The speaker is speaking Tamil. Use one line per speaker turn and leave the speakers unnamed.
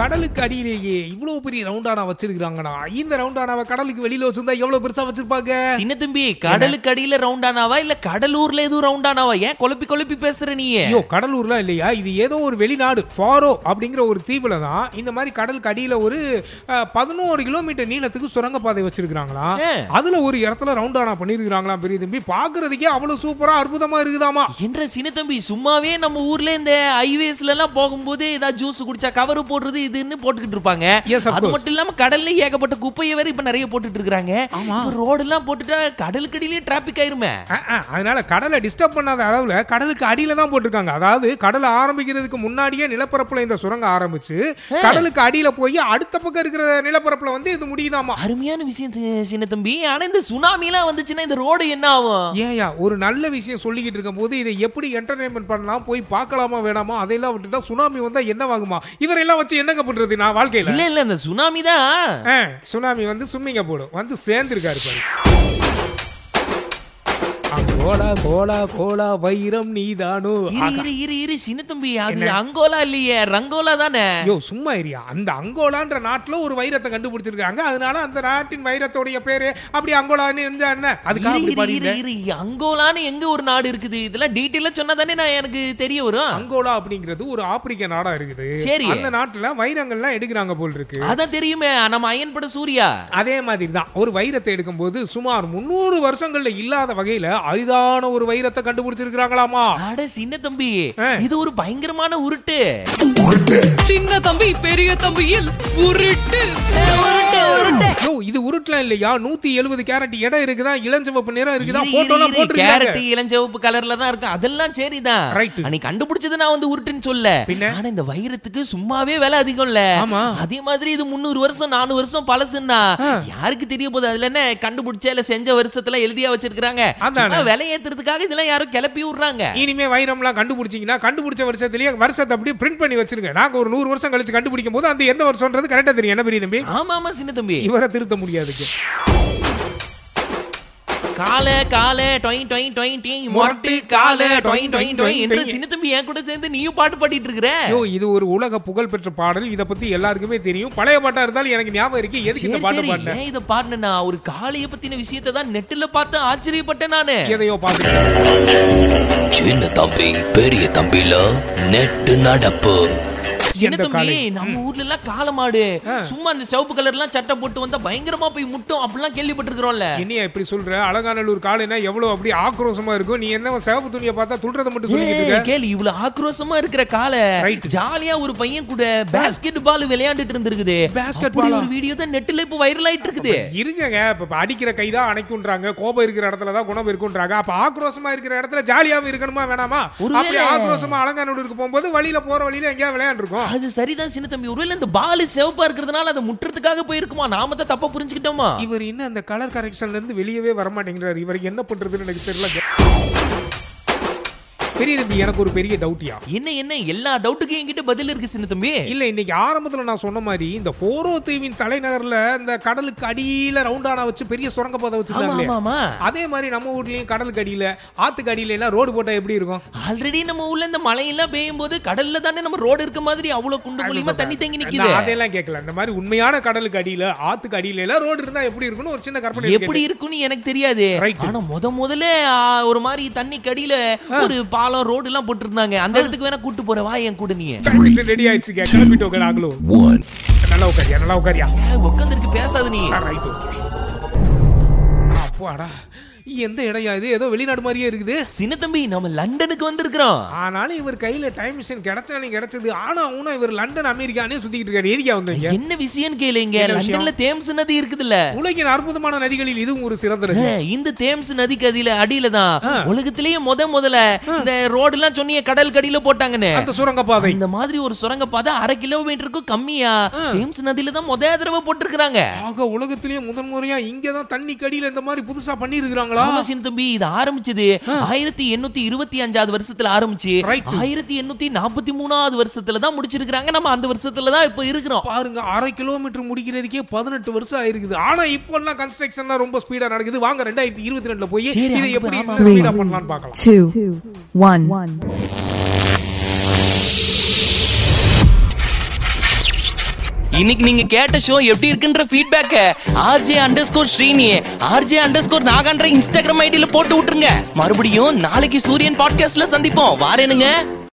கடலுக்கு அடியிலேயே இவ்வளவு பெரிய ரவுண்டானா வச்சிருக்காங்கண்ணா இந்த ரவுண்டானாவை கடலுக்கு வெளியில வச்சிருந்தா எவ்வளவு பெருசா வச்சிருப்பாங்க
சின்ன தம்பி கடலுக்கு அடியில ரவுண்டானாவா இல்ல கடலூர்ல எதுவும் ரவுண்டானாவா ஏன் குழப்பி குழப்பி பேசுற நீ
ஐயோ கடலூர்லாம் இல்லையா இது ஏதோ ஒரு வெளிநாடு ஃபாரோ அப்படிங்கிற ஒரு தீவுல தான் இந்த மாதிரி கடலுக்கு அடியில ஒரு பதினோரு கிலோமீட்டர் நீளத்துக்கு சுரங்கப்பாதை வச்சிருக்காங்களாம்
ஆ.
அதுல ஒரு இடத்துல ரவுண்டானா பண்ணிருக்காங்களாம் பெரிய தம்பி பாக்குறதுக்கே அவ்வளவு சூப்பரா அற்புதமா இருக்குதாமா
என்ற சின்ன தம்பி சும்மாவே நம்ம ஊர்ல இந்த ஹைவேஸ்ல எல்லாம் போகும்போது ஏதாவது ஜூஸ் குடிச்சா கவர் போடுறது இதுன்னு போட்டுக்கிட்டு இருப்பாங்க
Yes, of
அது
course.
மட்டும் இல்லாம கடல்ல ஏகப்பட்ட குப்பையை வேற இப்ப நிறைய போட்டுட்டு இருக்காங்க ரோடு எல்லாம் போட்டுட்டா கடலுக்கு அடியிலேயே டிராபிக் ஆயிருமே
ஆ, ஆ, அதனால கடலை டிஸ்டர்ப் பண்ணாத அளவுல கடலுக்கு அடியில தான் போட்டிருக்காங்க அதாவது கடலை ஆரம்பிக்கிறதுக்கு முன்னாடியே நிலப்பரப்புல இந்த சுரங்கம் ஆரம்பிச்சு கடலுக்கு அடியில போய் அடுத்த பக்கம் இருக்கிற நிலப்பரப்புல வந்து இது முடியுதாமா
அருமையான விஷயம் தி- சின்ன தம்பி ஆனா இந்த சுனாமி எல்லாம் வந்துச்சுன்னா இந்த ரோடு என்ன ஆகும்
ஏயா ஒரு நல்ல விஷயம் சொல்லிக்கிட்டு இருக்கும்போது இதை எப்படி என்டர்டைன்மெண்ட் பண்ணலாம் போய் பார்க்கலாமா வேணாமா அதையெல்லாம் விட்டுட்டா சுனாமி வந்தா என்னவாகுமா இவரெல்லாம் வச்சு என்னங்க பண்றது நான் வாழ்க்கையில
இல்ல இல்ல இந்த சுனாமி தான்
ஆ, சுனாமி வந்து சும்மிங்க போடும் வந்து சேர்ந்துருக்காரு பாரு ஆ, கோலா கோலா கோலா வைரம் நீதானோ
இரு
ஆகா.
இரு இரு இரு சின்ன தம்பி அது அங்கோலா இல்லையே ரங்கோலா தானே
ஐயோ சும்மா ஏரியா அந்த அங்கோலான்ற நாட்டுல ஒரு வைரத்தை கண்டுபிடிச்சிருக்காங்க அதனால அந்த நாட்டின் வைரத்தோடைய பேரு அப்படி அங்கோலான்னு இருந்தா என்ன அதுக்காக
இரு
அப்படி
இரு இரு
பாடிட்டேன்
இரு அங்கோலான்னு எங்க ஒரு நாடு இருக்குது இதெல்லாம் டீட்டெயிலா சொன்னா தானே நான் எனக்கு தெரிய வரும்
அங்கோலா அப்படிங்கிறது ஒரு ஆப்பிரிக்க நாடா இருக்குது
சரி.
அந்த நாட்டுல வைரங்கள்லாம் எடுக்கிறாங்க போல் இருக்கு
அதான் தெரியுமே நம்ம அயன்பட சூர்யா
அதே மாதிரி தான் ஒரு வைரத்தை எடுக்கும்போது சுமார் முந்நூறு வருஷங்கள்ல இல்லாத வகையில அரிதான ஒரு வைரத்தை கண்டுபிடிச்சிருக்காங்களாமா
அட சின்ன தம்பி
ஆ.
இது ஒரு பயங்கரமான உருட்டு
சின்ன தம்பி பெரிய தம்பியில் உருட்டு
ஐயோ இது உருட்டுலாம் இல்லையா நூத்தி எழுபது கேரட் இடம் இருக்குதா இளஞ்சிவப்பு நிறம் இருக்குதா
இரு, இரு,
போட்டோலாம்
இரு.
போட்டிருக்காங்க
கேரட் இளஞ்சவப்பு கலர்ல தான் இருக்கும் அதெல்லாம் சரிதான்
Right.
அன்னைக்கு கண்டுபிடிச்சது நான் வந்து உருட்டுன்னு சொல்ல
பின்ன?
ஆனா இந்த வைரத்துக்கு சும்மாவே விலை அதிகம்ல
ஆமா.
அதே மாதிரி இது முந்நூறு வருஷம் நானூறு வருஷம் பழசுன்னா யாருக்கு தெரிய போகுது அதுல என்ன கண்டுபிடிச்ச இல்ல செஞ்ச வருஷத்துல எழுதியா வச்சிருக்காங்க
அதானே.
விலை ஏத்துறதுக்காக இதெல்லாம் யாரும் கிளப்பி விடுறாங்க
இனிமே வைரம்லாம் கண்டுபிடிச்சீங்கன்னா கண்டுபிடிச்ச வருஷத்துலயே வருஷத்தை அப்படியே பிரிண்ட் பண்ணி வச்சிருங்க நாங்க ஒரு நூறு வருஷம் கழிச்சு கண்டுபிடிக்கும் போது அந்த எந்த வருஷம்ன்றது கரெக்டா தெரியும் என்ன பெரிய தம்பி
ஆமா ஆமா சின்ன தம்பி
இவரை திருத்த முடியாதுக்கு
கால கால டொயின் டொயின் டொயின் டீ மொட்டு கால டொயின் டொயின் டொயின் என்று சின்ன தம்பி என் கூட சேர்ந்து நீயும் பாட்டு பாடிட்டு இருக்கிற
ஐயோ இது ஒரு உலக புகழ் பெற்ற பாடல் இத பத்தி எல்லாருக்குமே தெரியும் பழைய பாட்டா இருந்தாலும் எனக்கு ஞாபகம் இருக்கு எதுக்கு இந்த
சரி,
பாட்டு
சரி.
பாடின
ஏன் இத பாடுனா ஒரு காளைய பத்தின விஷயத்தை தான் நெட்டுல பார்த்து ஆச்சரியப்பட்டேன் நானு
எதையோ பாட்டு
சின்ன தம்பி பெரிய தம்பில நெட்டு நடப்பு
சின்ன
எந்த
தம்பி
காளை?
நம்ம ஊர்ல எல்லாம் காளை மாடு சும்மா அந்த சிவப்பு கலர் எல்லாம் சட்டை போட்டு வந்தா பயங்கரமா போய் முட்டும் அப்படிலாம் கேள்விப்பட்டிருக்கிறோம்ல
என்னையா இப்படி சொல்ற அழகானல்லூர் காலைனா எவ்வளவு அப்படி ஆக்ரோஷமா இருக்கும் நீ என்ன சிவப்பு துணியை பார்த்தா துள்றதை மட்டும் சொல்லிக்கிட்டு இருக்க
ஏய், கேளு இவ்வளவு ஆக்ரோஷமா இருக்கிற காலை
Right.
ஜாலியா ஒரு பையன் கூட பாஸ்கெட் பால் விளையாண்டுட்டு இருந்திருக்குது
Basket
அப்படி
ball ஆ?
ஒரு வீடியோ தான் நெட்டுல இப்ப வைரல் ஆயிட்டு இருக்குது
இருங்கங்க இப்ப இப்ப அடிக்கிற கை தான் அணைக்குன்றாங்க கோபம் இருக்கிற இடத்துல தான் குணம் இருக்குன்றாங்க அப்ப ஆக்ரோஷமா இருக்கிற இடத்துல ஜாலியாவும் இருக்கணுமா வேணாமா
ஒருவேளை-
அப்படி ஆக்ரோஷமா அலங்காநல்லூருக்கு போகும்போது வழியில போற வழியில எங்கேயா விளையாண்டுருக்கோம்
அது சரிதான் சின்ன தம்பி ஒருவேளை இந்த பால் சிவப்பா இருக்கிறதுனால அதை முட்டுறதுக்காக போயிருக்குமா நாம தான் தப்பா புரிஞ்சுக்கிட்டோமா
இவர் இன்னும் அந்த கலர் கரெக்ஷன்ல இருந்து வெளியவே வர மாட்டேங்கிறாரு இவருக்கு என்ன பண்றதுன்னு எனக்கு தெரியல பெரிய தம்பி எனக்கு ஒரு பெரிய டவுட்டியா
என்ன என்ன எல்லா டவுட்டுக்கும் என்கிட்ட பதில் இருக்கு சின்ன தம்பி
இல்ல இன்னைக்கு ஆரம்பத்துல நான் சொன்ன மாதிரி இந்த போரோ தீவின் தலைநகர்ல இந்த கடலுக்கு அடியில ரவுண்டானா வச்சு பெரிய சுரங்கப்பாதை
ஆமா
வச்சிருக்காங்களே
ஆமா ஆமா
அதே மாதிரி நம்ம ஊர்லயும் கடலுக்கு அடியில ஆத்துக்கு அடியில எல்லாம் ரோடு போட்டா எப்படி இருக்கும்
ஆல்ரெடி நம்ம ஊர்ல இந்த மழையெல்லாம் பெய்யும் போது கடல்ல தானே நம்ம ரோடு இருக்க மாதிரி அவ்வளவு குண்டு மூலியமா தண்ணி தங்கி நிக்குது
நான் அதெல்லாம் கேட்கல இந்த மாதிரி உண்மையான கடலுக்கு அடியில ஆத்துக்கு அடியில எல்லாம் ரோடு இருந்தா எப்படி இருக்கும்னு ஒரு சின்ன கற்பனை
எப்படி
இருக்கு.
இருக்குன்னு எனக்கு தெரியாது
Right.
ஆனா முத முதல்ல ஆ, ஒரு மாதிரி தண்ணி கடியில ஒரு பாலம் ரோடு எல்லாம் போட்டிருந்தாங்க அந்த இடத்துக்கு வேணா கூட்டு போற வா என் கூட நீ
Practice ready ஆயிடுச்சுங்க. கிளம்பிட்டு உட்காரு, ஆகலோ. நல்லா உட்காரியா, நல்லா உட்காரியா?
உட்காந்துருக்கு பேசாத நீ
ஆ, right, okay. அப்பாடா, எந்த இடையா இது ஏதோ வெளிநாடு மாதிரியே இருக்குது
சின்ன தம்பி நம்ம லண்டனுக்கு வந்திருக்கிறோம்
ஆனாலும் இவர் கையில டைம் மிஷின் கிடைச்சாலும் கிடைச்சது ஆனா அவனும் இவர் லண்டன் அமெரிக்கானே சுத்திக்கிட்டு இருக்காரு எதுக்கா வந்தீங்க
என்ன விஷயம்னு கேளுங்க
என்ன விஷயம்?
லண்டன்ல தேம்ஸ் நதி இருக்குதுல்ல
உலகின் அற்புதமான நதிகளில் இதுவும் ஒரு சிறந்த நதி
ஆ, இந்த தேம்ஸ் நதிக்கு அடியில அடியில தான் உலகத்திலேயே முத முதல்ல இந்த ரோடு எல்லாம் சொன்னீங்க கடல் கடியில போட்டாங்கன்னு
அந்த சுரங்கப்பாதை
இந்த மாதிரி ஒரு சுரங்க பாதை அரை கிலோமீட்டருக்கும் கம்மியா தேம்ஸ் நதியில தான் முத தடவை போட்டிருக்காங்க
ஆக உலகத்திலேயே முதன் முறையா இங்கதான் தண்ணி கடியில இந்த மாதிரி புதுசா பண்ணி ஆரம்பிச்சாங்களா
ஆமா சின்ன தம்பி இது ஆரம்பிச்சது ஆயிரத்தி எண்ணூத்தி இருபத்தி அஞ்சாவது வருஷத்துல ஆரம்பிச்சு
Right.
ஆயிரத்தி எண்ணூத்தி நாற்பத்தி மூணாவது வருஷத்துல தான் முடிச்சிருக்காங்க நம்ம அந்த வருஷத்துல தான் இப்ப இருக்கிறோம்
பாருங்க அரை கிலோமீட்டர் முடிக்கிறதுக்கே பதினெட்டு வருஷம் ஆயிருக்குது ஆனா இப்போ எல்லாம் கன்ஸ்ட்ரக்ஷன் ரொம்ப ஸ்பீடா நடக்குது வாங்க ரெண்டாயிரத்தி இருபத்தி ரெண்டுல போய்
சரி,
இதை
அங்க
எப்படி
போய் ஆமா.
ஸ்பீடா பண்ணலாம்னு பார்க்கலாம்
two, one.
இன்னைக்கு நீங்க கேட்ட ஷோ எப்படி இருக்குன்ற ஃபீட்பேக்க RJ underscore Srini RJ underscore நாகான்ற இன்ஸ்டாகிராம் ஐடியில போட்டு விட்டுருங்க மறுபடியும் நாளைக்கு சூரியன் பாட்காஸ்ட்ல சந்திப்போம் வாரேனுங்க